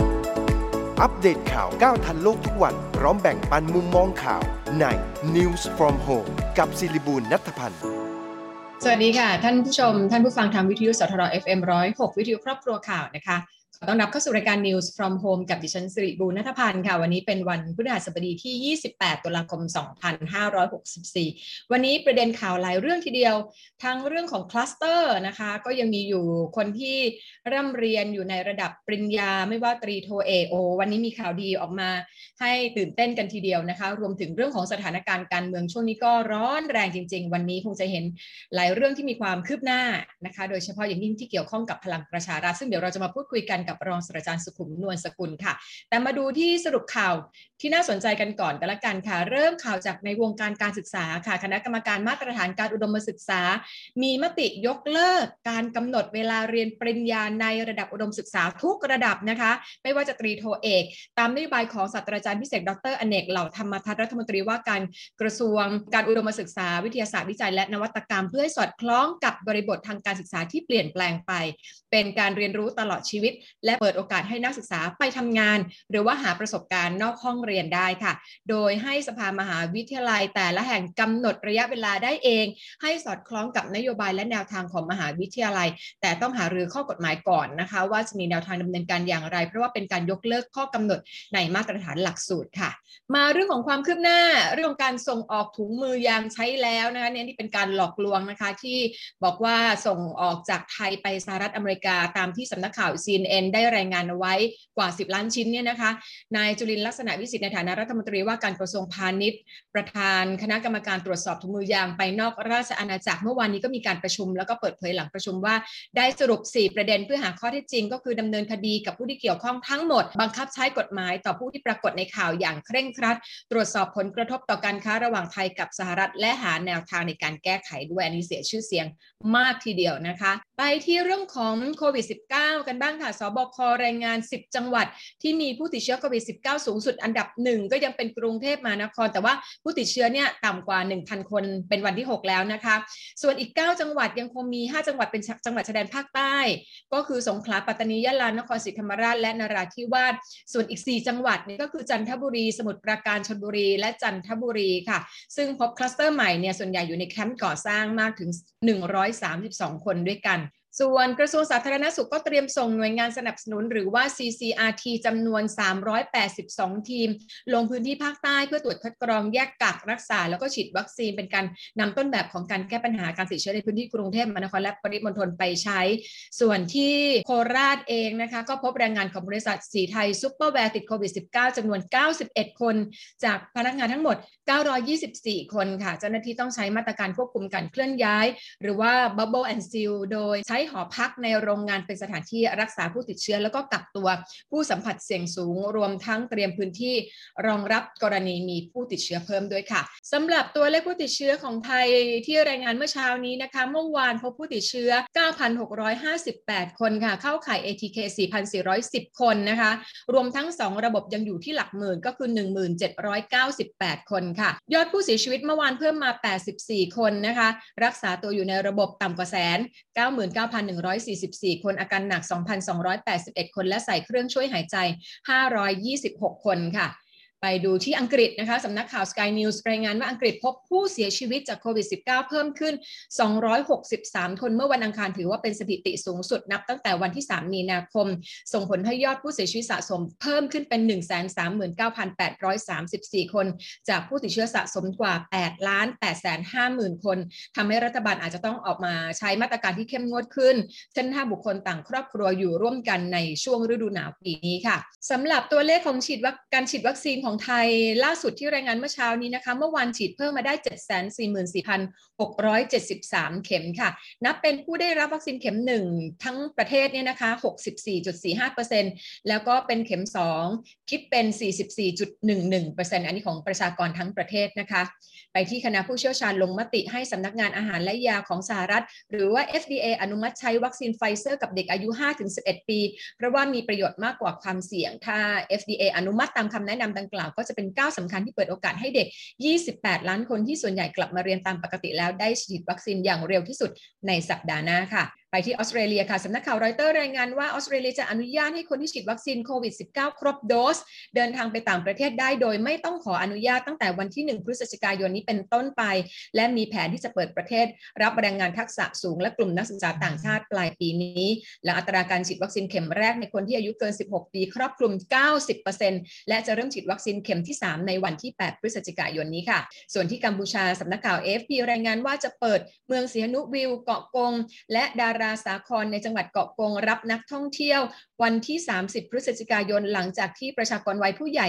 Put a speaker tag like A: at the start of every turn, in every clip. A: อัปเดตข่าวก้าวทันโลกทุกวัน พร้อมแบ่งปันมุมมองข่าวใน News from Home กับศิริบูลนัทพันธ์
B: สวัสดีค่ะ ท่านผู้ชม ท่านผู้ฟังทางวิทยุสทร FM 106 วิทยุครอบครัวข่าวนะคะขอต้อนรับเข้าสู่รายการ News from Home กับดิฉันสิริบูรณัฐพันธ์ค่ะ วันนี้เป็นวันพฤหัสบดีที่ 28 ตุลาคม 2564 วันนี้ประเด็นข่าวหลายเรื่องทีเดียว ทั้งเรื่องของคลัสเตอร์นะคะ ก็ยังมีอยู่คนที่ร่ำเรียนอยู่ในระดับปริญญาไม่ว่าตรีโทเอกโอวันนี้มีข่าวดีออกมา ให้ตื่นเต้นกันทีเดียวนะคะ รวมถึงเรื่องของสถานการณ์การเมืองช่วงนี้ก็ร้อนแรงจริง ๆ วันนี้คงจะเห็นหลายเรื่องที่มีความคืบหน้านะคะ โดยเฉพาะอย่างยิ่งที่เกี่ยวข้องกับพลังประชารัฐซึ่งเดี๋ยวเราจะมาพูดคุยกันกับรองศาสตราจารย์สุขุมนวลสกุลค่ะ แต่มาดูที่สรุปข่าวที่น่าสนใจกันก่อนกันละกันค่ะ เริ่มข่าวจากในวงการการศึกษาค่ะ คณะกรรมการมาตรฐานการอุดมศึกษา มีมติยกเลิกการกำหนดเวลาเรียนปริญญาในระดับอุดมศึกษาทุกระดับนะคะ ไม่ว่าจะตรีโทเอก ตามนโยบายของศาสตราจารย์พิเศษดรอเนกเหล่าธรรมทัตน์รัฐมนตรีว่าการกระทรวงการอุดมศึกษา วิทยาศาสตร์วิจัยและนวัตกรรม เพื่อให้สอดคล้องกับบริบททางการศึกษาที่เปลี่ยนแปลงไป เป็นการเรียนรู้ตลอดชีวิต และเปิดโอกาสให้นักศึกษาไปทำงาน หรือว่าหาประสบการณ์นอกห้องเรียนได้ค่ะ โดยให้สภามหาวิทยาลัยแต่ละแห่งกำหนดระยะเวลาได้เอง ให้สอดคล้องกับนโยบายและแนวทางของมหาวิทยาลัย แต่ต้องหารือข้อกฎหมายก่อนนะคะ ว่าจะมีแนวทางดำเนินการอย่างไร เพราะว่าเป็นการยกเลิกข้อกำหนดในมาตรฐานหลักสูตรค่ะ มาเรื่องของความคืบหน้าเรื่องของการส่งออกถุงมือยางใช้แล้วนะคะเนี่ยที่เป็นการหลอกลวงนะคะที่บอกว่าส่งออกจากไทยไปสหรัฐอเมริกาตามที่สำนักข่าว CNN ได้รายงานเอาไว้กว่า 10 ล้านชิ้นเนี่ยนะคะนายจุลินทร์ลักษณะวิสิทธิ์ในฐานะรัฐมนตรีว่าการกระทรวงพาณิชย์ ประธานคณะกรรมการตรวจสอบถุงมือยางไปนอกราชอาณาจักรเมื่อวานนี้ก็มีการประชุม แล้วก็เปิดเผยหลังประชุมว่า ได้สรุป 4 ประเด็นเพื่อหาข้อเท็จจริง ก็คือดำเนินคดีกับผู้ที่เกี่ยวข้องทั้งหมด บังคับใช้กฎหมายต่อผู้ที่ปรากฏในข่าวอย่างเคร่งครัด ตรวจสอบผลกระทบต่อการค้าระหว่างไทยกับสหรัฐ และหาแนวทางในการแก้ไขด้วยอันนี้เสียชื่อเสียงมากทีเดียวนะคะ ไปที่เรื่องของโควิด -19 กันบ้างค่ะสบครายงาน 10 จังหวัด ที่มีผู้ติดเชื้อโควิด -19 สูงสุดอันดับหนึ่งก็ยังเป็นกรุงเทพมหานคร แต่ว่าผู้ติดเชื้อเนี่ยต่ำกว่า 1,000 คนเป็นวันที่ 6 แล้วนะคะ ส่วนอีก 9 จังหวัดยังคงมี 5 จังหวัดเป็นจังหวัดชายแดนภาคใต้ ก็คือสงขลาปัตตานียะลานครศรีธรรมราชและนราธิวาสส่วนอีก 4 จังหวัดนี่ก็คือจันทบุรี สมุทรปราการชลบุรี และจันทบุรีค่ะ ซึ่งพบคลัสเตอร์ใหม่เนี่ยส่วนใหญ่อยู่ในแคมป์ก่อสร้างมากถึง 132 คนด้วยกัน ส่วนกระทรวงสาธารณสุขก็เตรียมส่งหน่วยงานสนับสนุน หรือว่า CCRT จำนวน 382 ทีม ลงพื้นที่ภาคใต้เพื่อตรวจคัดกรองแยกกักรักษา แล้วก็ฉีดวัคซีนเป็นการนำต้นแบบของการแก้ปัญหาการติดเชื้อในพื้นที่กรุงเทพมหานครและปริมณฑลไปใช้ ส่วนที่โคราชเองนะคะ ก็พบแรงงานของบริษัทสีไทยซุปเปอร์แวร์ติดโควิด -19 จำนวน 91 คน จากพนักงานทั้งหมด 924 คนค่ะ เจ้าหน้าที่ต้องใช้มาตรการควบคุมการเคลื่อนย้าย หรือว่า Bubble and Seal โดยใช้หอพักในโรงงานเป็นสถานที่รักษาผู้ติดเชื้อแล้วก็กักตัว ผู้สัมผัสเสี่ยงสูง รวมทั้งเตรียมพื้นที่รองรับกรณีมีผู้ติดเชื้อเพิ่มด้วยค่ะสำหรับตัวเลขผู้ติดเชื้อของไทยที่รายงานเมื่อเช้านี้นะคะ เมื่อวานพบผู้ติดเชื้อ 9,658 คนค่ะ เข้าข่าย ATK 4,410 คนนะคะ รวมทั้ง 2 ระบบยังอยู่ที่หลักหมื่นก็คือ 1,798 คนค่ะ ยอดผู้เสียชีวิตเมื่อวานเพิ่มมา 84 คนนะคะ รักษาตัวอยู่ในระบบต่ำกว่าแสน 99,144 คนอาการหนัก 2,281 คนและใส่เครื่องช่วยหายใจ 526 คนค่ะ ไปดูที่อังกฤษนะคะสำนักข่าว Sky News รายงานว่าอังกฤษพบผู้เสียชีวิตจากโควิด -19 เพิ่มขึ้น 263 คนเมื่อวันอังคารถือว่าเป็นสถิติสูงสุดนับตั้งแต่วันที่ 3 มีนาคม ส่งผลให้ยอดผู้เสียชีวิตสะสมเพิ่มขึ้นเป็น 139,834 คน จากผู้ติดเชื้อสะสมกว่า 8 ล้าน8แสน50,000 คนทำให้รัฐบาลอาจจะต้องออกมาใช้มาตรการที่เข้มงวดขึ้น เช่นห้ามบุคคลต่างครอบครัวอยู่ร่วมกันในช่วงฤดูหนาวปีนี้ค่ะสำหรับตัวเลขของฉีดวัคการฉีดวัคซีนของไทยล่าสุดที่รายงานเมื่อเช้านี้นะคะ เมื่อวานฉีดเพิ่มมาได้ 744,673 เข็มค่ะ นับเป็นผู้ได้รับวัคซีนเข็ม 1 ทั้งประเทศเนี่ยนะคะ 64.45%แล้วก็เป็นเข็ม 2 คิดเป็น 44.11%อันนี้ของประชากรทั้งประเทศนะคะ ไปที่คณะผู้เชี่ยวชาญลงมติให้สำนักงานอาหารและยาของสหรัฐ หรือว่า FDA อนุมัติใช้วัคซีนไฟเซอร์กับเด็กอายุ 5-11 ปี เพราะว่ามีประโยชน์มากกว่าความเสี่ยง ถ้า FDA อนุมัติตามคำแนะนำดังกล่าวก็จะเป็นก้าวสำคัญที่เปิดโอกาสให้เด็ก 28 ล้านคนที่ส่วนใหญ่กลับมาเรียนตามปกติแล้วได้ฉีดวัคซีนอย่างเร็วที่สุดในสัปดาห์หน้าค่ะ ไป ที่ออสเตรเลียค่ะสำนักข่าวรอยเตอร์รายงานว่าออสเตรเลียจะอนุญาตให้คนที่ฉีดวัคซีนโควิด -19 ครบโดส เดินทางไปต่างประเทศได้โดยไม่ต้องขออนุญาตตั้งแต่วันที่ 1 พฤศจิกายนนี้เป็นต้นไป และมีแผนที่จะเปิดประเทศ รับแรงงานทักษะสูงและกลุ่มนักศึกษาต่างชาติปลายปีนี้ และอัตราการฉีดวัคซีนเข็มแรกในคนที่อายุเกิน 16 ปีครอบคลุม 90%และจะเริ่มฉีดวัคซีนเข็มที่ 3 ในวันที่ 8 พฤศจิกายนนี้ค่ะ ส่วนที่กัมพูชาสำนักข่าว AFP รายงานว่าจะเปิดเมืองเสียนุวิวเกาะกง และดาราสาครในจังหวัดเกาะกงรับนักท่องเที่ยว วันที่ 30 พฤศจิกายนหลังจากที่ประชากรวัยผู้ใหญ่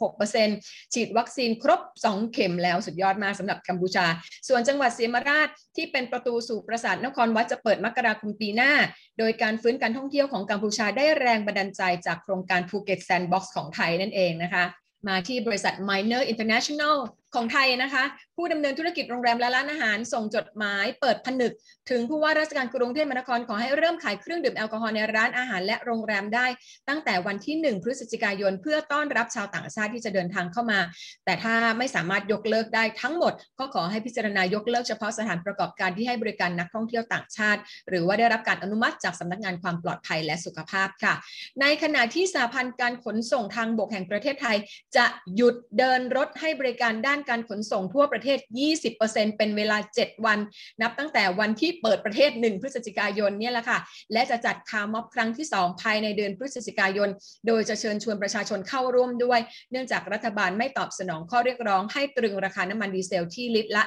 B: 96%ฉีดวัคซีนครบ 2 เข็มแล้วสุดยอดมากสำหรับกัมพูชา ส่วนจังหวัดเสียมราชที่เป็นประตูสู่ปราสาทนครวัดจะเปิดมกราคมปีหน้า โดยการฟื้นการท่องเที่ยวของกัมพูชาได้แรงบันดาลใจจากโครงการภูเก็ตแซนด์บ็อกซ์ของไทยนั่นเองนะคะ มาที่บริษัท Minor International ของไทยนะคะ ผู้ดำเนินธุรกิจโรงแรมและร้านอาหารส่งจดหมายเปิดผนึก ถึงผู้ว่าราชการกรุงเทพมหานครขอให้เริ่มขายเครื่องดื่มแอลกอฮอล์ในร้านอาหารและโรงแรมได้ ตั้งแต่วันที่ 1 พฤศจิกายน เพื่อต้อนรับชาวต่างชาติที่จะเดินทางเข้ามา แต่ถ้าไม่สามารถยกเลิกได้ทั้งหมด ก็ขอให้พิจารณายกเลิกเฉพาะสถานประกอบการที่ให้บริการนักท่องเที่ยวต่างชาติ หรือว่าได้รับการอนุมัติจากสำนักงานความปลอดภัยและสุขภาพค่ะ ในขณะที่สาพันธ์การขนส่งทางบกแห่งประเทศไทย จะหยุดเดินรถให้บริการด้านการขนส่งทั่วประเทศ 20%เป็นเวลา 7 วัน นับตั้งแต่วันที่เปิดประเทศ 1 พฤศจิกายนเนี่ยแหละค่ะ และจะจัดคาร์ม็อบครั้งที่ 2 ภายในเดือนพฤศจิกายน โดยจะเชิญชวนประชาชนเข้าร่วมด้วย เนื่องจากรัฐบาลไม่ตอบสนองข้อเรียกร้องให้ตรึงราคาน้ำมันดีเซลที่ลิตรละ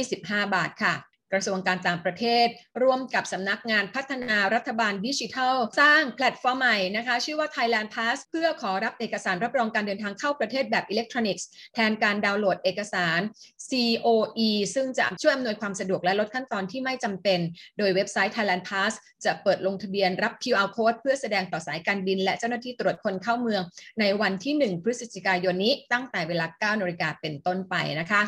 B: 25 บาทค่ะ กระทรวงการต่างประเทศ ร่วมกับสำนักงานพัฒนารัฐบาลดิจิทัล สร้างแพลตฟอร์มใหม่นะคะ ชื่อว่า Thailand Pass เพื่อขอรับเอกสารรับรองการเดินทางเข้าประเทศแบบอิเล็กทรอนิกส์ แทนการดาวน์โหลดเอกสาร COE ซึ่งจะช่วยอำนวยความสะดวกและลดขั้นตอนที่ไม่จำเป็น โดยเว็บไซต์ Thailand Pass จะเปิดลงทะเบียนรับ QR code เพื่อแสดงต่อสายการบิน และเจ้าหน้าที่ตรวจคนเข้าเมือง ในวันที่ 1 พฤศจิกายนนี้ตั้งแต่เวลา 9นาฬิกาเป็นต้นไปนะคะ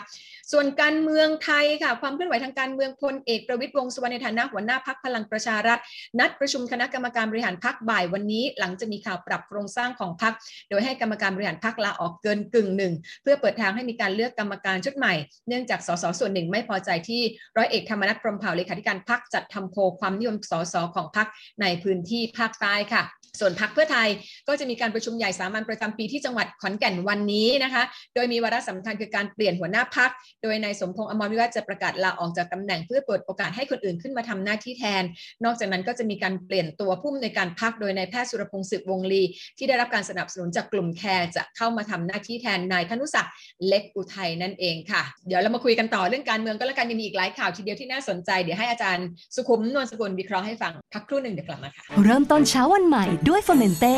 B: ส่วนการเมืองไทยค่ะ ความเคลื่อนไหวทางการเมืองพลเอกประวิตรวงษ์สุวรรณในฐานะหัวหน้าพักพลังประชารัฐ นัดประชุมคณะกรรมการบริหารพักบ่ายวันนี้ หลังจะมีข่าวปรับโครงสร้างของพัก โดยให้กรรมการบริหารพักลาออกเกินกึ่งหนึ่ง เพื่อเปิดทางให้มีการเลือกกรรมการชุดใหม่ เนื่องจากสสส่วนหนึ่งไม่พอใจที่ร้อยเอกธรรมนัฐพรหมเผ่าเลขาธิการพักจัดทำโพลความนิยมสสของพักในพื้นที่ภาคใต้ค่ะ ส่วนพักเพื่อไทยก็จะมีการประชุมใหญ่สามัญประจำปีที่จังหวัดขอนแก่นวันนี้นะคะ โดยมีวาระสำคัญคือการเปลี่ยนหัวหน้าพัก โดยนายสมพงษ์อมรวิวัฒน์จะประกาศลาออกจากตำแหน่งเพื่อเปิดโอกาสให้คนอื่นขึ้นมาทำหน้าที่แทน นอกจากนั้นก็จะมีการเปลี่ยนตัวผู้อำนวยการพักโดยนายแพทย์สุรพงศ์สืบวงศ์ลี ที่ได้รับการสนับสนุนจากกลุ่มแคร์จะเข้ามาทำหน้าที่แทนนายธนุศักดิ์เล็กอุทัยนั่นเองค่ะ เดี๋ยวเรามาคุยกันต่อเรื่องการเมืองก็แล้วกันยังมีอีกหลายข่าวทีเดียวที่น่าสนใจเดี๋ยวให้อาจารย์สุขุมนวลสกุลวิเคราะห์ให้ฟังพักครู่หนึ่งเดี๋ยวกลับมาค่ะ
C: เริ่มต้นเช้าวันใหม่ด้วยเฟอร์เมนเต้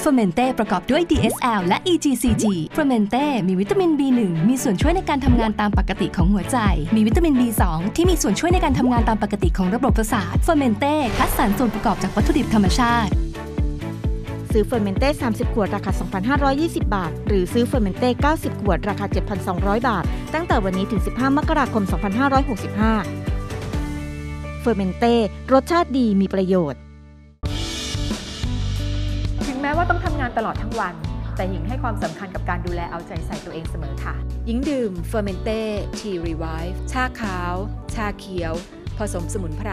C: เฟอร์เมนเต้ประกอบด้วย DSL และ EGCG เฟอร์เมนเต้มีวิตามิน B1 มีส่วนช่วยในการทำงานตามปกติของหัวใจ มีวิตามิน B2 ที่มีส่วนช่วยในการทำงานตามปกติของระบบประสาทเฟอร์เมนเต้คัดสรรส่วนประกอบจากวัตถุดิบธรรมชาติ
D: ซื้อเฟอร์เมนเต้ 30 ขวด ราคา 2,520 บาท หรือซื้อเฟอร์เมนเต้ 90 ขวด ราคา 7,200 บาท ตั้งแต่วันนี้ถึง 15 มกราคม 2565 เฟอร์เมนเต้ รสชาติดีมีประโยชน์
E: ถึงแม้ว่าต้องทำงานตลอดทั้งวัน แต่หญิงให้ความสำคัญกับการดูแลเอาใจใส่ตัวเองเสมอค่ะ
F: หญิงดื่มเฟอร์เมนเต้ทีรีไวฟ์ชาขาว ชาเขียว ผสมสมุนไพร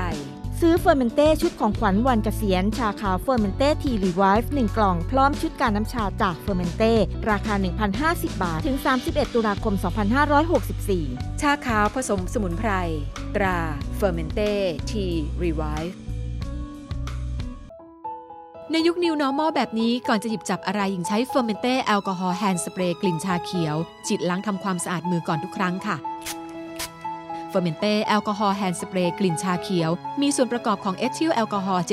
D: ซื้อเฟอร์เมนเต้ ชุดของขวัญวันเกษียณ ชาขาวเฟอร์เมนเต้ ทีรีไวฟ์1กล่อง พร้อมชุดการน้ำชาจากเฟอร์เมนเต้ ราคา 1,050 บาท ถึง 31 ตุลาคม 2564
F: ชาขาวผสมสมุนไพร ตราเฟอร์เมนเต้ทีรีไวฟ์ในยุค New Normal แบบนี้ก่อนจะหยิบจับอะไรหญิงใช้เฟอร์เมนเต้แอลกอฮอล์แฮนด์สเปรย์กลิ่นชาเขียวฉีดล้างทำความสะอาดมือก่อนทุกครั้งค่ะ เฟอร์เมนเต้แอลกอฮอล์แฮนด์สเปรย์กลิ่นชาเขียว มีส่วนประกอบของเอทิลแอลกอฮอล์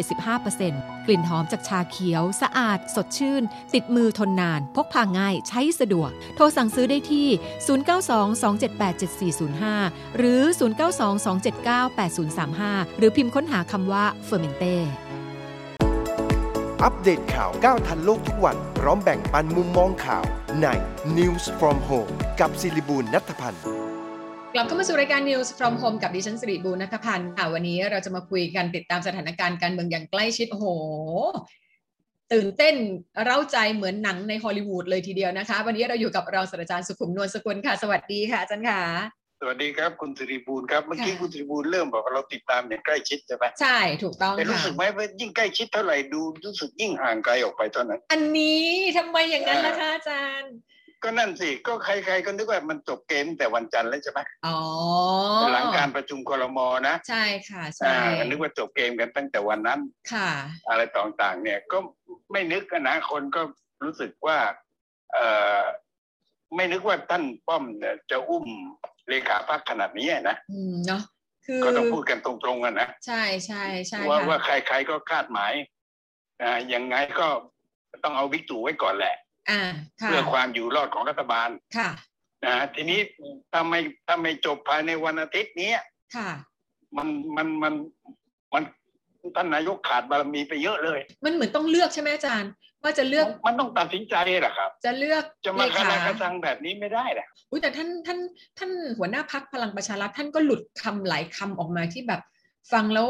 F: 75%กลิ่นหอมจากชาเขียว สะอาด สดชื่น ติดมือทนนาน พกพาง่าย ใช้สะดวก โทรสั่งซื้อได้ที่ 092-278-7405 หรือ 092-279-8035 หรือพิมพ์ค้นหาคำว่าเฟอร์เมนเต้
A: อัปเดตข่าวก้าวทันโลกทุกวัน พร้อมแบ่งปันมุมมองข่าวใน News from Home กับศิริบูลนัทพันธ์
B: กลับเข้ามาสู่รายการ News from Home กับดิฉันสิริบูรณัฐพันธ์ค่ะวันนี้เราจะมาคุยกันติดตามสถานการณ์การเมืองอย่างใกล้ชิด โอ้โห ตื่นเต้นเร้าใจเหมือนหนังในฮอลลีวูดเลยทีเดียวนะคะ วันนี้เราอยู่กับรองศาสตราจารย์สุขุมนวลสกุลค่ะ สวัสดีค่ะอาจารย์ค่ะ
G: สวัสดีครับคุณสิริบูลครับเมื่อกี้
H: ค่ะ
G: คุณสิริบูลเริ่มบอกว่าเราติดตามอย่างใกล้ชิดใช่ไหม
H: ใช่ถูกต้อง
G: แต่รู้
H: ค่ะ
G: สึกไหมว่ายิ่งใกล้ชิดเท่าไหร่ดูรู้สึกยิ่งห่างไกลออกไปเท่านั้น
H: อันนี้ทำไมอย่างนั้น
G: อ่า
H: ล่ะคะอาจารย์
G: ก็นั่นสิก็ใคร ๆก็นึกว่ามันจบเกมแต่วันจันทร์แล้วใช่ไหม
H: อ๋อ
G: หลังการประชุมกรมนะ
H: ใช่ค่ะใช่
G: อ่านึกว่าจบเกมกันตั้งแต่วันนั้น
H: ค่ะ
G: อะไรต่างๆ เนี่ยก็ไม่นึกอะนะคนก็รู้สึกว่า เออไม่นึกว่าท่านป้อมเนี่ยจะอุ้มเลขาพักขนาดนี้นะ
H: อืมเนาะคือ
G: ก็ต้องพูดกันตรงๆอะนะ
H: ใช่ใช่ใช่
G: ว่า
H: ค่ะ
G: ว่าใครๆก็คาดหมายอ่ายังไงก็ต้องเอาวิกตู่ไว้ก่อนแหละ
H: อ่าค่ะ
G: เพื่อความอยู่รอดของรัฐบาล
H: ค่ะ
G: นะทีนี้ถ้าไม่ถ้าไม่จบภายในวันอาทิตย์นี้
H: ค่ะ
G: มันมันมันมันท่านนายกขาดบารมีไปเยอะเลย
H: มันเหมือนต้องเลือกใช่ไหมอาจารย์ ว่าจะเลือก
G: มันต้องตัดสินใจแหละครับ
H: จะเลือก
G: จะ
H: เล
G: มาค
H: ขา
G: ณะกระทังแบบนี้ไม่ได้นะ
H: อุ้ยแต่ท่านท่านท่านหัวหน้าพักพลังประชารัฐท่านก็หลุดคำหลายคำออกมาที่แบบ ฟังแล้ว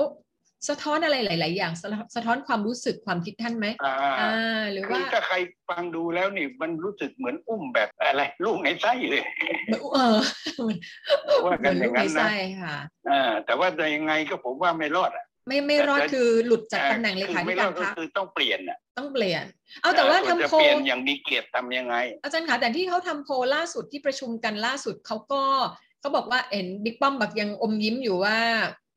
H: สะท้อนอะไรหลาย ๆ อย่างสะสะท้อนความรู้สึกความคิดท่านไหม
G: อ่า
H: อ่า หรือ
G: คื
H: ว่า
G: อถ้าใครฟังดูแล้วนี่มันรู้สึกเหมือนอุ้มแบบอะไรลูกในไส้เลย
H: เหมือนเออ เหมือน
G: ว่ากันอย่างนั้นนะ
H: เหมืลูกใไส้ค่ะ
G: อ่าแต่ว่ายังไงก็ผมว่าไม่รอดอะ
H: ไม่ไม่รอด
G: แต่
H: คือหลุดจากตำแหน่งเล
G: คื
H: ขา
G: อ
H: ธิ
G: ไม่ร
H: กา
G: อ
H: ร
G: ดก็
H: พรรค
G: คือต้องเปลี่ยนอะ
H: ต้องเปลี่ยน เอาแต่ว่า
G: เออ
H: ทำ
G: ส่นจะ
H: โพล
G: เปลี่ยนอย่างมีเกียรติทำยังไง
H: อาจารย์คะแต่ที่เขาทำโพลล่าสุดที่ประชุมกันล่าสุดเขาก็เขาบอกว่าเห็นบิ๊กป้อมบักยังอมยิ้มอยู่ว่า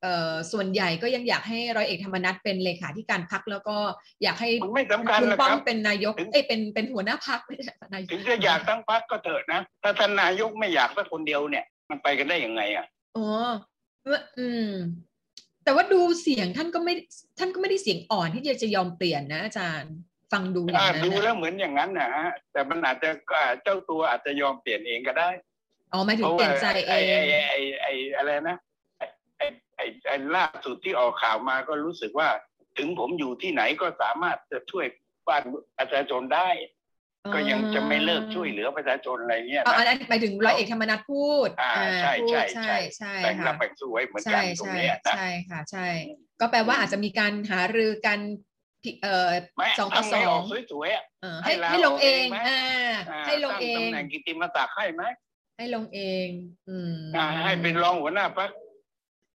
H: เอ่อส่วนใหญ่ก็ยังอยากให้ร้อยเอกธรรมนัฐเป็นเลขาธิการพักแล้วก็อยากให้
G: มันไม่สำคัญ
H: คุณ
G: นะ
H: ป้อ
G: ค
H: ม
G: รับ
H: เป็นนายก
G: ถึง
H: เอ้ยเป็นเป็นหัวหน้าพัก ไม่ใช่นายก
G: ถึงจะอยากตั้งพรรคก็เถอะนะ ถ้าท่านนายกไม่อยากสักคนเดียวเนี่ย มันไปกันได้ยังไงอ่ะ
H: อ๋ออืม แต่ว่าดูเสียงท่านก็ไม่ท่านก็ไม่ได้เสียงอ่อนที่จะจะยอมเปลี่ยนนะ อาจารย์ ฟังดูอย่า
G: อ่าง
H: นั้น
G: ดู
H: นะ
G: แล้วเหมือนอย่างนั้นนะฮะแต่มันอาจจะอ่าเจ้าตัวอาจจะยอมเปลี่ยนเองก็ได้
H: อ๋อหมายถึ
G: เพ
H: ง
G: ราะ
H: เป
G: ว่า
H: ลี่ยนใจเอ
G: ไอ้ไอ้
H: ง
G: ไอ้ไอ้อะไรนะไอ้ไอ้ไอ้ไอ้ล่าสุดที่ออกข่าวมาก็รู้สึกว่า ถึงผมอยู่ที่ไหนก็สามารถจะช่วยบ้านประชาชนได้ ก็ยังจะไม่เลิกช่วยเหลือประชาชนอะไรเงี้ย
H: อ๋อ
G: นะ
H: อันนั้นหมายถึงร้อยเอกธรรมนัฐพูด
G: อ่า
H: อ่า
G: ใช่
H: พูด
G: ใช่
H: ใช่
G: ใช่
H: ใช่
G: แบ่งรับ
H: ค่ะ
G: แบ่งสู้ไว้เหมือนกั
H: ใช่
G: นตรง
H: ใช่
G: เนี้ยนะ
H: ใช่ค่ะใช่ ก็แปลว่าอาจจะมีการหารือกันพิเอ่อ
G: ไม่
H: สองต่อ
G: ทำ
H: ส
G: ไง
H: อ
G: ออง กสวยๆอะ
H: เอ่อให้
G: ให้ลา
H: ให้ลงเอง
G: ออกเองไหม
H: อ่า
G: อ่า
H: ให้ลงเอ
G: ตั้
H: ง
G: ตำแหน่งกิติมศักดิ์ให้ไหม
H: ให้ลงเอง อืม
G: อ่าให้เป็นรองหัวหน้าพัก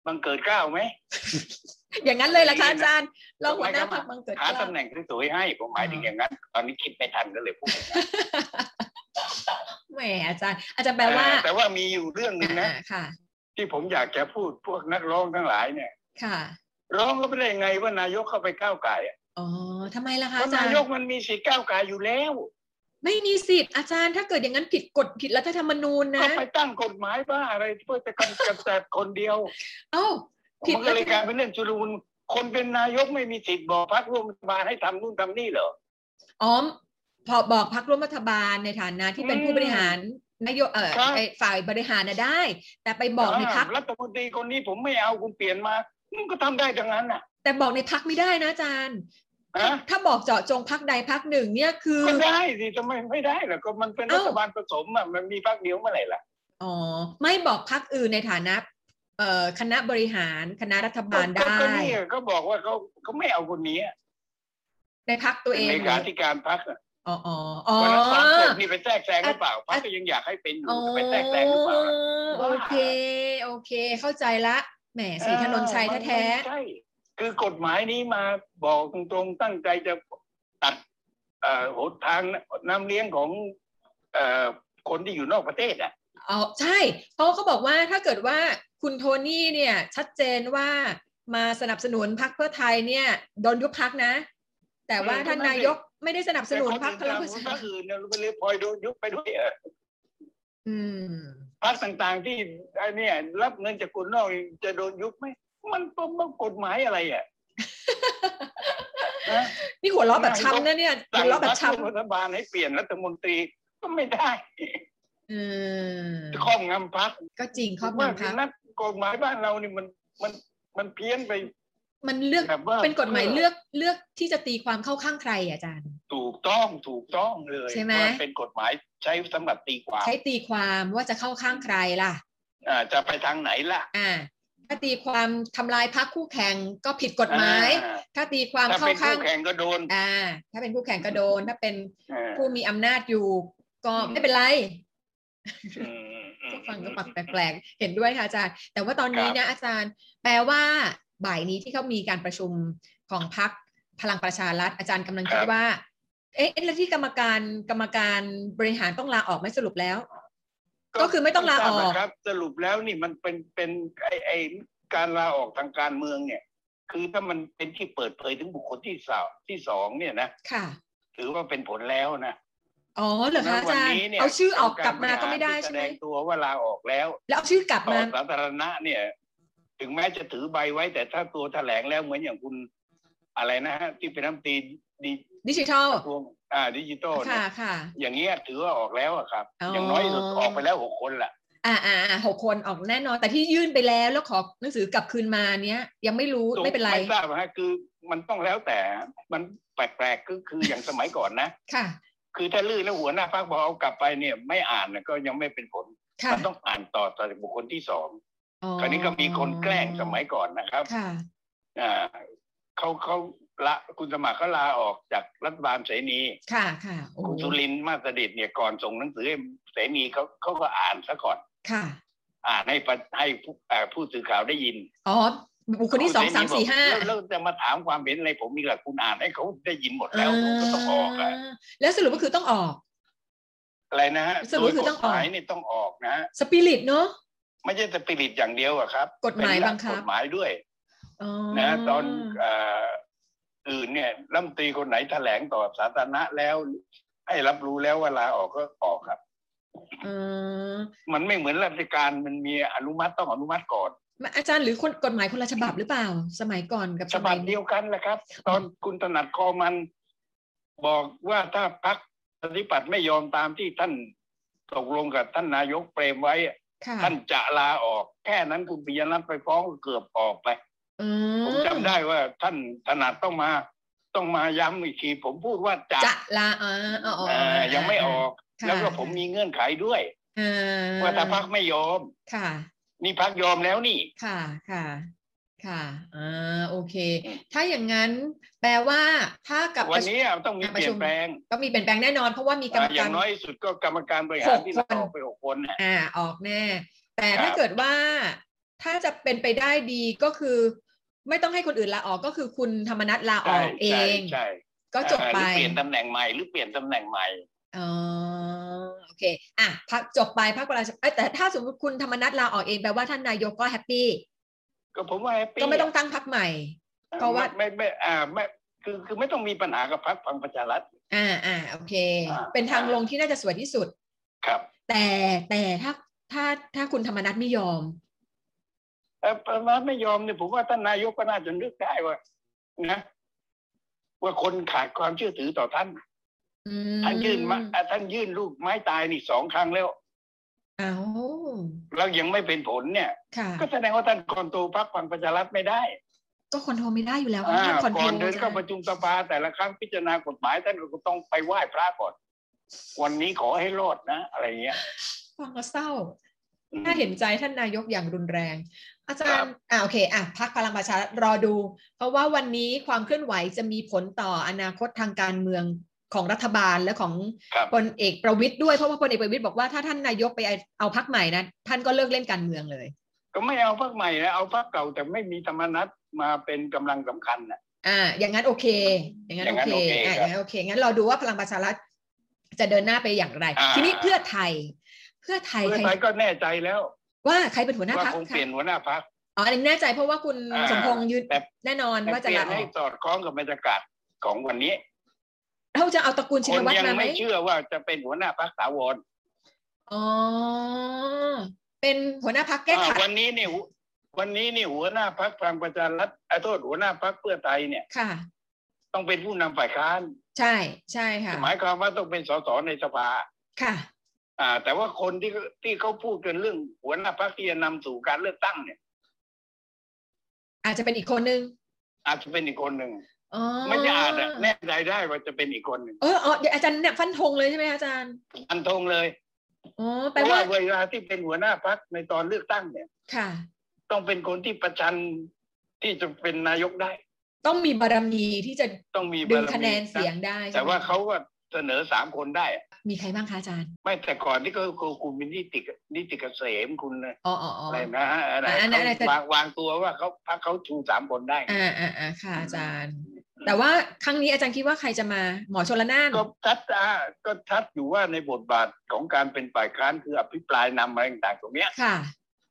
G: บังเกิดเกล้าไหม
H: อย่างนั้นเลยเหรอคะอาจารย์รองหัวหน้า
G: ไม่ครั
H: พรร
G: บ
H: คบังเกิด
G: หา
H: เกล้า
G: ตำแหน่งสวยๆให้ผมหมายถึงอย่างนั้น ตอนนี้คิดไม่ทันก็เลยพูด
H: แหมอาจารย์ อาจารย์แปลว่า
G: อ่าแต่ว่ามีอยู่เรื่องหนึ่งนะ
H: อ่าค่ะ
G: ที่ผมอยากจะพูดพวกนักร้องทั้งหลายเนี่ย
H: ค่ะ
G: ร้องก็ไม่ได้ยังไงว่านายกเข้าไปก้าวไก่ายอะ
H: อ๋อทำไมล่ะ
G: เพ
H: คะอา
G: ราะ
H: จาร
G: นา
H: ย์
G: ยกมันมีสิทธิ์ก้าวไก่ายอยู่แล้ว
H: ไม่มีสิทธิ์อาจารย์ถ้าเกิดอย่างนั้นผิดกฎผิดรัฐธรรมนูญนะ
G: ก็ไปตั้งกฎหมายบ้าอะไรเพื่อจะกันกำจัดคนเดียว
H: เอ้า ผิด
G: มันก็เลย
H: รัฐ
G: กลายเป็นเรื่องชุลมุนคนเป็นนายกไม่มีสิทธิ์บอกพรรคร่วมรัฐบาลให้ทำนู่นทำนี่เหรอ
H: อ๋อพอบอกพักร่วมรัฐบาลในฐานะที่เป็น
G: อืม
H: ผู้บริหารนโยเออ
G: ครับ
H: ไอ้ฝ่ายบริหารนะได้ แต่ไปบอกในพัก
G: รัฐมนตรีคนนี้ผมไม่เอาคุณเปลี่ยนมามันก็ทำได้ดังนั้นน่ะ
H: แต่บอกในพักไม่ได้นะอาจารย์
G: ฮะ
H: ถ้าบอกเจาะจงพักใดพักหนึ่งเนี่ยคือ
G: ก็ได้สิทำไมไม่ได้ล่ะก็มันเป็น
H: เอ้า
G: รัฐบาลผสมอ่ะมันมีพรรคเดียวเมื่อไหร่ล่ะ
H: อ๋อไม่บอกพักอื่นในฐานะเอ่อคณะบริหารคณะรัฐบาล
G: ก็
H: ได้
G: ก็นี่ก็บอกว่าเขาเขาไม่เอาคนนี้อะ
H: ในพักตัวเอง
G: เลขาธิการพรรคอะ
H: อ๋ออ๋ออ๋อ
G: วันละสองคนนี่ไปแทรกแซงหรือเปล่าพรรคก็ยังอยากให้เป็นอยู่
H: อ๋อ
G: จะไปแทรกแซงหรือเปล่าล่ะ
H: โอเค โอเค เข้าใจละแหมสีถนนชัยแท้
G: เออมันไม่ใช่คือกฎหมายนี้มาบอกตรงๆตั้งใจจะตัดเอ่อหนทางน้ำเลี้ยงของเอ่อคนที่อยู่นอกประเทศอ่ะ
H: ๆเอาใช่ เพราะเขาบอกว่าถ้าเกิดว่าคุณโทนี่เนี่ย ชัดเจนว่ามาสนับสนุนพรรคเพื่อไทยเนี่ยโดนยุบพักนะ แต่ว่า
G: เออ
H: ท่าน
G: ก็นั่น
H: นา
G: สิ
H: ยกไม่ได้สนับสนุนพรรคพ
G: แต่
H: ลัง
G: ค
H: ป
G: น
H: ระ
G: อื่น
H: ชา
G: ก็อื่นเนี่ยไปเลยพลอยโดนยุบไปด้วยเออ
H: อืม
G: พรรคต่างๆที่ไอ้เนี่ย รับเงินจากคนนอกจะโดนยุบไหมมันต้องกฎหมายอะไร อ่ะ นะ
H: นี่หัวเราะแบบช้ำนะเนี่ยหั
G: สั่
H: ว
G: ง
H: เราะ
G: พ
H: แบ
G: รร
H: บ
G: ค
H: ช้
G: ร่วมรัฐบาลให้เปลี่ยนรัฐมนตรีก็ไม่ได้
H: ำอืม
G: จะครอบงำพรรค
H: ก็จริงครอบ
G: ว่า
H: คำพรรค
G: นักกฎหมายบ้านเรานี่มันมันมันเพี้ยนไป
H: มันเลือก
G: แบบว่า
H: เป็นกฎหมายเลือกเลือกที่จะตีความเข้าข้างใครอะอาจารย์
G: ถูกต้องถูกต้องเลย
H: ใช่ไหม
G: ว่าเป็นกฎหมายใช้สำหรับตีความ
H: ใช้ตีความว่าจะเข้าข้างใครล่ะ
G: อ่าจะไปทางไหนล่ะ
H: อ่าถ้าตีความทำลายพรรคคู่แข่งก็ผิดกฎหมาย
G: อ่า
H: ถ้าตีความ
G: ถ้า
H: เข้า
G: เป็น
H: ข้า
G: คู่
H: ง
G: แข่งก็โดน
H: อ่า ถ้าเป็นคู่แข่งก็โดน ถ้าเป็น
G: อ่า
H: ผู้มีอำนาจอยู่ ก็ไม่เป็นไร
G: อืมอืม
H: ฟังก็ปักแปลกๆ เห็นด้วยค่ะอาจารย์ แต่ว่าตอนนี้
G: ครับ
H: นะอาจารย์ แปลว่าบ่ายนี้ที่เขามีการประชุมของพักพลังประชารัฐอาจารย์กำลังคิดว่า เอ๊ะแล้วที่กรรมการกรรมการบริหารต้องลาออกไหม่สรุปแล้ว ก็คือไม่ต้องลาออก
G: ทบนะครับ สรุปแล้วนี่มันเป็นเป็นไอไอการลาออกทางการเมืองเนี่ย คือถ้ามันเป็นที่เปิดเผยถึงบุคคลที่สามที่สองเนี่ยนะ
H: ค่ะ
G: ถือว่าเป็นผลแล้วนะ
H: อ๋อเหรอคะอาจารย์ เอาชื่อออกกลับมาก็ไม่ได้
G: ทง
H: ใช่ไหม
G: รบริหารที่แสดงตัวว่าลาออกแล้ว
H: แล้วเอาชื่อกลับ
G: ต่อ
H: มา
G: สาธารณะเนี่ย ถึงแม้จะถือใบไว้ แต่ถ้าตัวแถลงแล้วเหมือนอย่างคุณอะไรนะฮะที่เป็นรัฐมน้ำตรีดี
H: ดิจิทัล
G: กระทรวงอ่าดิจิตอลเนี่
H: ค่ะ
G: ย
H: ค่ะ
G: อย่างเงี้ยถือว่าออกแล้วอะครับ
H: อ๋ออ
G: อย่างน้อยที่สุดออกไปแล้วหกคนละ
H: อ่าอ่าอ่าหกคนออกแน่นอน แต่ที่ยื่นไปแล้วแล้วขอหนังสือกลับคืนมาเนี้ย ยังไม่รู้ไม่เป็นไร
G: ไม่ทราบฮะคือมันต้องแล้วแต่มันแปลกๆก็คืออย่างสมัยก่อนนะ
H: ค่ะ
G: คือถ้าลื่นแล้วหัวหน้าพรรคบอกเอากลับไปเนี่ย ไม่อ่านน่ะก็ยังไม่เป็นผล
H: ค่ะ
G: มันต้องอ่านต่อต่อจากบุคคลที่สอง
H: อ๋อ
G: คราวนี้ก็มีคนแกล้งสมัยก่อนนะครับ
H: ค่ะ
G: อ่าเขาเขาละคุณสมัครเขาลาออกจากรัฐบาลเสนี
H: ค่ะค่ะโอ้
G: คุณสุรินทร์มาสดิตเนี่ยก่อนส่งหนังสือให้เสนีเขาเขาก็อ่านซะก่อน
H: ค่ะ
G: อ่านให้ประให้ผู้อ่าผู้สื่อข่าวได้ยิน
H: อ๋อบุคคลที่สองสามสี่ห้า
G: แล้วแล้วจะมาถามความเห็นอะไรผมมีหลักคุณอ่านให้เขาได้ยินหมดแล้วผมก็ต้องออกอะ
H: าแล้วสรุปก็คือต้องออก
G: อะไรนะฮะ
H: สรุปคือต้องออ
G: โดยกฎ
H: ก
G: หมายนี่ต้องออกนะฮะ
H: สปิริตเนาะ
G: ไม่ใช่สปิริตอย่างเดียวอะครับ
H: กฎหมาย
G: เป็นลั
H: บังคับ
G: กฎหมายด้วย
H: อ๋อ
G: นะฮะตอนเอ่ออื่นเนี่ยรัฐมนตรีคนไหนแถลงต่อสาธารณะแล้ว ให้รับรู้แล้วเวลาออกก็ออกครับ
H: เออ
G: มันไม่เหมือนราชการมันมีอนุมัติต้องอนุมัติก่อน
H: อาจารย์หรือคนกฎหมายคนละฉบับหรือเปล่า สมัยก่อนกับ
G: ฉ
H: ส
G: บั
H: มั
G: บ
H: ย
G: เดี
H: นี้
G: ยวกันแหละครับ ตอนคุณถนัดคอมัน บอกว่าถ้าพักปฏิปัติไม่ยอมตามที่ท่านตกลงกับท่านนายกเปรมไว้
H: ค่ะ
G: ท่านจะลาออก แค่นั้นคุณปิยนัทไปฟ้องก็เกือบออกไป
H: อื
G: ผมจำได้ว่าท่านถนัดต้องมา ต้องมาย้ำอีกทีผมพูดว่าจะ
H: จะลาอ่าอ๋ออ๋ออ๋
G: อ่า
H: อ
G: ยังไม่ออก
H: ค่ะ
G: แล้วก็ผมมีเงื่อนไขด้วย
H: อ่
G: ว่าถ้าพักไม่ยอม
H: ค่ะ
G: นี่พักยอมแล้วนี่
H: ค่ะค่ะค่ะอ่าโอเค
G: อืม
H: ถ้าอย่างนั้นแปลว่าถ้ากับ
G: วัน
H: ประชุม
G: นี้ต้องมี
H: การป
G: เประ ลี่
H: ชุ
G: ย
H: ม
G: นแปลง
H: ก็มีเปลี่ยนแปลงแน่นอนเพราะว่ามีกรรม
G: อ่าอย่าก
H: าง ร
G: น้อยสุดก็กรรมการบริหารที่
H: ห
G: ลาก
H: คน
G: ออกไปหกคนนะ
H: อ่าออกแน่ แต่
G: ครับ
H: ถ้าเกิดว่าถ้าจะเป็นไปได้ดีก็คือ ไม่ต้องให้คนอื่นลาออกก็คือคุณธรรมนัฐลาอ
G: ใช่
H: อกเอ
G: ใช่
H: ง
G: ใช่
H: ก็จบ
G: อ่าห
H: ไป
G: รือเปลี่ยนตำแหน่งใหม่หรือเปลี่ยนตำแหน่งใหม่
H: อ๋อโอเค อ่ะพักจบไปพักเวลาเอ้ยแต่ถ้าสมมติคุณธรรมนัฐลาออกเองแปลว่าท่านนายกก็แฮปปี้
G: ก็ผมว่าแฮปปี้
H: ก็ไม่ต้องตั้งพักใหม่ เพราะว่า
G: ไม่ไม่ไม่อ่าไม่คือคือไม่ต้องมีปัญหากับพรรคพลังประชารัฐ
H: อ่าอ่าโอเค
G: อ่า
H: เป็นทางลงที่น่าจะสวยที่สุด
G: ครับ
H: แต่แต่ถ้าถ้าถ้าคุณธรรมนัฐไม่ยอม
G: เออประมาณไม่ยอมเนี่ยผมว่าท่านนายกก็น่าจะนึกได้ว่านะว่าคนขาดความเชื่อถือต่อท่าน
H: อื
G: ท่านยื่นมาอ่ะท่านยื่นลูกไม้ตายนี่สองครั้งแล้ว
H: เอา
G: แล้วยังไม่เป็นผลเนี่ย
H: ค่ะ
G: ก็แสดงว่าท่านคอนโทรลพรรคพลังประชารัฐไม่ได้
H: ก็คอนโทรลไม่ได้อยู่แล้ว
G: อ่า
H: ท่านคอนโทร
G: ก่อ
H: ล
G: นเดินเข้าประชุมสภาแต่ละครั้งพิจารณากฎหมายท่านก็ต้องไปไหว้พระก่อน วันนี้ขอให้รอดนะอะไรเงี้ย
H: ฟังแล้วเศร้า ถ้าเห็นใจท่านนายกอย่างรุนแรง อาจารย์อ่าโอเคอ่ะพักพลังประชารัฐรอดู เพราะว่าวันนี้ความเคลื่อนไหวจะมีผลต่ออนาคตทางการเมืองของรัฐบาลและของ
G: ครับ
H: พลเอกประวิตยด้วยเพราะว่าพลเอกประวิตยบอกว่าถ้าท่านนายกไปเอาพักใหม่นะท่านก็เลิกเล่นการเมืองเลย
G: ก็ไม่เอาพรรคใหม่นะเอาพรรคเก่าแต่ไม่มีธรรมนัตมาเป็นกำลังสำคัญนะ
H: อ่า อย่างนั้นโอเค อย่างนั้น
G: อ
H: โอย่าง
G: นั้น
H: เค
G: โอเค
H: อ่าอ
G: ครับ
H: ย่างนั้นโอเค งั้นเราดูว่าพลังประชารัฐจะเดินหน้าไปอย่างไร
G: อ่า
H: ทีนี้เพื่อไทย เพื่อไทย
G: เพื่อ
H: ใคร
G: ไทยก็แน่ใจแล้ว
H: ว่าใครเป็นหัวหน้า
G: ว่า
H: พัก
G: คงเป
H: ค่ะ
G: ลี่ยนหัวหน้าพัก
H: อ๋ออันนี้แน่ใจเพราะว่าคุณ
G: อ่า
H: สมพงษ์ยืน
G: แต่
H: แน่นอนว่าจะ
G: เปลี่ย
H: ลาน ออ
G: ให้
H: ก
G: สอดคล้องกับบรรยากาศของวันนี้
H: เราจะเอาตระกูลชิ
G: คน น
H: วัตร
G: ยัง
H: มาไหม
G: ไม่เชื่อว่าจะเป็นหัวหน้าพักสาวร
H: อ๋อเป็นหัวหน้าพักแก้
G: อ่า
H: ขัด
G: วันนี้เนี่ยหัววันนี้เนี่ยหัวหน้าพักพลังประชารัฐเอ่อโทษหัวหน้าพักเพื่อไทยเนี่ย
H: ค่ะ
G: ต้องเป็นผู้นำฝ่ายค้าน
H: ใช่ใช่ค่ะ
G: หมายความว่าต้องเป็นสสในสภา
H: ค่ะ
G: อ่า แต่ว่าคนที่ที่เขาพูดกันเรื่อง หัวหน้าพักที่จะนำสู่การเลือกตั้งเนี่ย
H: อาจจะเป็นอีกคนนึง
G: อาจจะเป็นอีกคนหนึ่ง
H: อ๋อ
G: ไม่ได้อาจอะแน่ใจได้ว่าจะเป็นอีกคนหนึ่ง
H: เอออ๋อเดี๋ยวอาจารย์เนี่ยฟันธงเลยใช่ไหมคะอาจารย์
G: อันทงเลย
H: อ๋อ
G: เพ
H: แปล
G: ราะ
H: ว่า
G: ว่าเวลาที่เป็นหัวหน้าพักในตอนเลือกตั้งเนี่ย
H: ค่ะ
G: ต้องเป็นคนที่ประชันที่จะเป็นนายกได้
H: ต้องมีบารมีที่จะ
G: ต้องมี
H: ดึ
G: บาง รมี
H: คะแนนเสียงได้ใช่ไหม
G: แต่ว่าเขาก็ เสนอสามคนได้อะ
H: มีใครบ้างคะอาจารย์
G: ไม่แต่ก่อนที่ก็คือคุณมินนิติกนิติเกษมคุณ
H: อ๋ออ๋ออ๋อ
G: อะไรนะฮะอะไร
H: อันนั้นอันนั้น
G: เขาวางวางตัวว่าเขาพรรคเขาชูสามคนได้
H: อ่าอ่าอ่าค่ะอาจารย์ แต่ว่าครั้งนี้อาจารย์คิดว่าใครจะมาหมอชลนาน
G: ก็ชัดอ่ะก็ชัดอยู่ว่าในบทบาทของการเป็นฝ่ายค้านคืออภิปรายนำอะไรต่างๆตรงเนี้ย
H: ค่ะ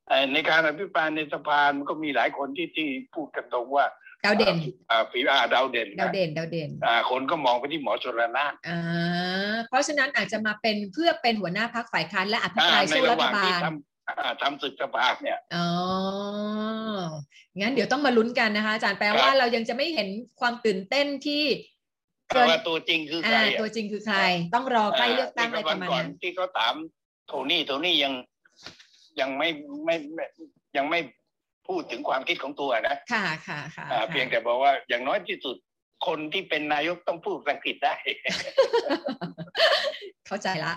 G: เอ่อในการอภิปรายในสภามันก็มีหลายคนที่ที่พูดกันตรงว่า
H: ดาวเด่น
G: อ่าฝีอาดาวเด่น
H: ดาวเด่นดาวเด่น
G: อ่าคนก็มองไปที่หมอชนละนาน
H: อ่าเพราะฉะนั้นอาจจะมาเป็นเพื่อเป็นหัวหน้าพักฝ่ายค้านและอภิ
G: อ่าร
H: ปาย
G: ใน
H: สู้รั
G: ระห
H: ฐ
G: ว่าง
H: บา
G: ที่
H: ล
G: ทำอ่าทำศึกสภาเนี่ย
H: อ๋องั้นเดี๋ยวต้องมาลุ้นกันนะคะ อาจารย์แปล
G: ค
H: ว่า
G: รับ
H: เรายังจะไม่เห็นความตื่นเต้นที่เกิน
G: ว่าตัวจริงคือใคร
H: อ่า
G: อ่ะ
H: ตัวจริงคือใคร ต้องรอใกล้เลือกตั้งอะไร
G: ที่
H: ป
G: วัน
H: ระมาณ
G: ก่อน
H: นั้น
G: ที่เขาถามโทนี่โทนี่ยังยังไม่ไม่ไม่ยังไม่พูดถึงความคิดของตัวนะ
H: ค่ะค่ะค่ะ
G: อ่า
H: ค่ะ
G: เพียงแต่บอกว่าอย่างน้อยที่สุดคนที่เป็นนายกต้องพูดภาษาอังกฤษได้
H: เข้าใจละ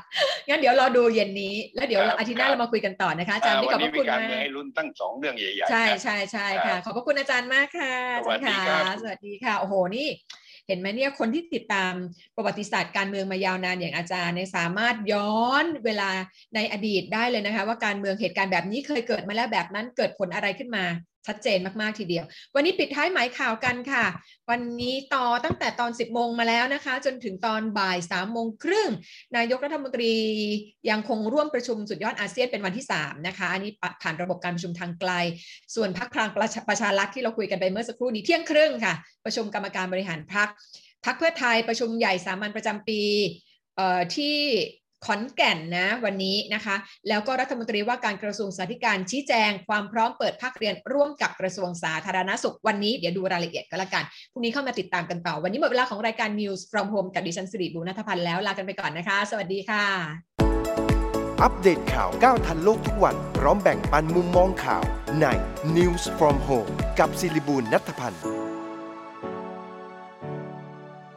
H: งั้นเดี๋ยวรอดูเย็นนี้ แล้วเดี๋ยว
G: ครับ
H: อาทิตย์หน้าเรามาคุยกันต่อนะคะ อาจารย์
G: อ่า
H: พี่
G: วั
H: ขอบพ
G: นี้
H: ระ
G: มี
H: คุณ
G: การ
H: มา
G: เมือง
H: ก
G: ให้ลุ้นตั้งสองเรื่องใหญ่ๆ
H: ใช่
G: นะ
H: ใช่ใช่
G: ครั
H: ค่ะ
G: บ
H: ขอบพระคุณอาจารย์มากค่ะอาจา
G: สวัส
H: รย์
G: ดีค
H: ค่ะ
G: รับ
H: สวัสดีค่ะ โอ้โห นี่ เห็นไหมเนี่ย คนที่ติดตามประวัติศาสตร์การเมืองมายาวนานอย่างอาจารย์เนี่ยสามารถย้อนเวลาในอดีตได้เลยนะคะ ว่าการเมืองเหตุการณ์แบบนี้เคยเกิดมาแล้วแบบนั้นเกิดผลอะไรขึ้นมาชัดเจนมากๆทีเดียว วันนี้ปิดท้ายหมายข่าวกันค่ะ วันนี้ต่อตั้งแต่ตอน 10 โมงมาแล้วนะคะ จนถึงตอนบ่าย 3 โมงครึ่ง นายกรัฐมนตรียังคงร่วมประชุมสุดยอดอาเซียนเป็นวันที่ 3 นะคะ อันนี้ผ่านระบบการประชุมทางไกล ส่วนพักพลังประชาประชารัฐที่เราคุยกันไปเมื่อสักครู่นี้เที่ยงครึ่งค่ะ ประชุมกรรมการบริหารพักพักเพื่อไทยประชุมใหญ่สามัญประจำปีเอ่อที่ขอนแก่นนะวันนี้นะคะ แล้วก็รัฐมนตรีว่าการกระทรวงสาธการชี้แจงความพร้อมเปิดภาคเรียนร่วมกับกระทรวงสาธารณสุขวันนี้เดี๋ยวดูรายละเอียดก็แล้วกัน พรุ่งนี้เข้ามาติดตามกันต่อ วันนี้หมดเวลาของรายการ News from Home กับดิฉันสิริบุญนัทพันธ์แล้วลากันไปก่อนนะคะ สวัสดีค่ะ
A: อัปเดตข่าวก้าวทันโลกทุกวัน พร้อมแบ่งปันมุมมองข่าวใน News from Home กับศิริบูลนัทพันธ์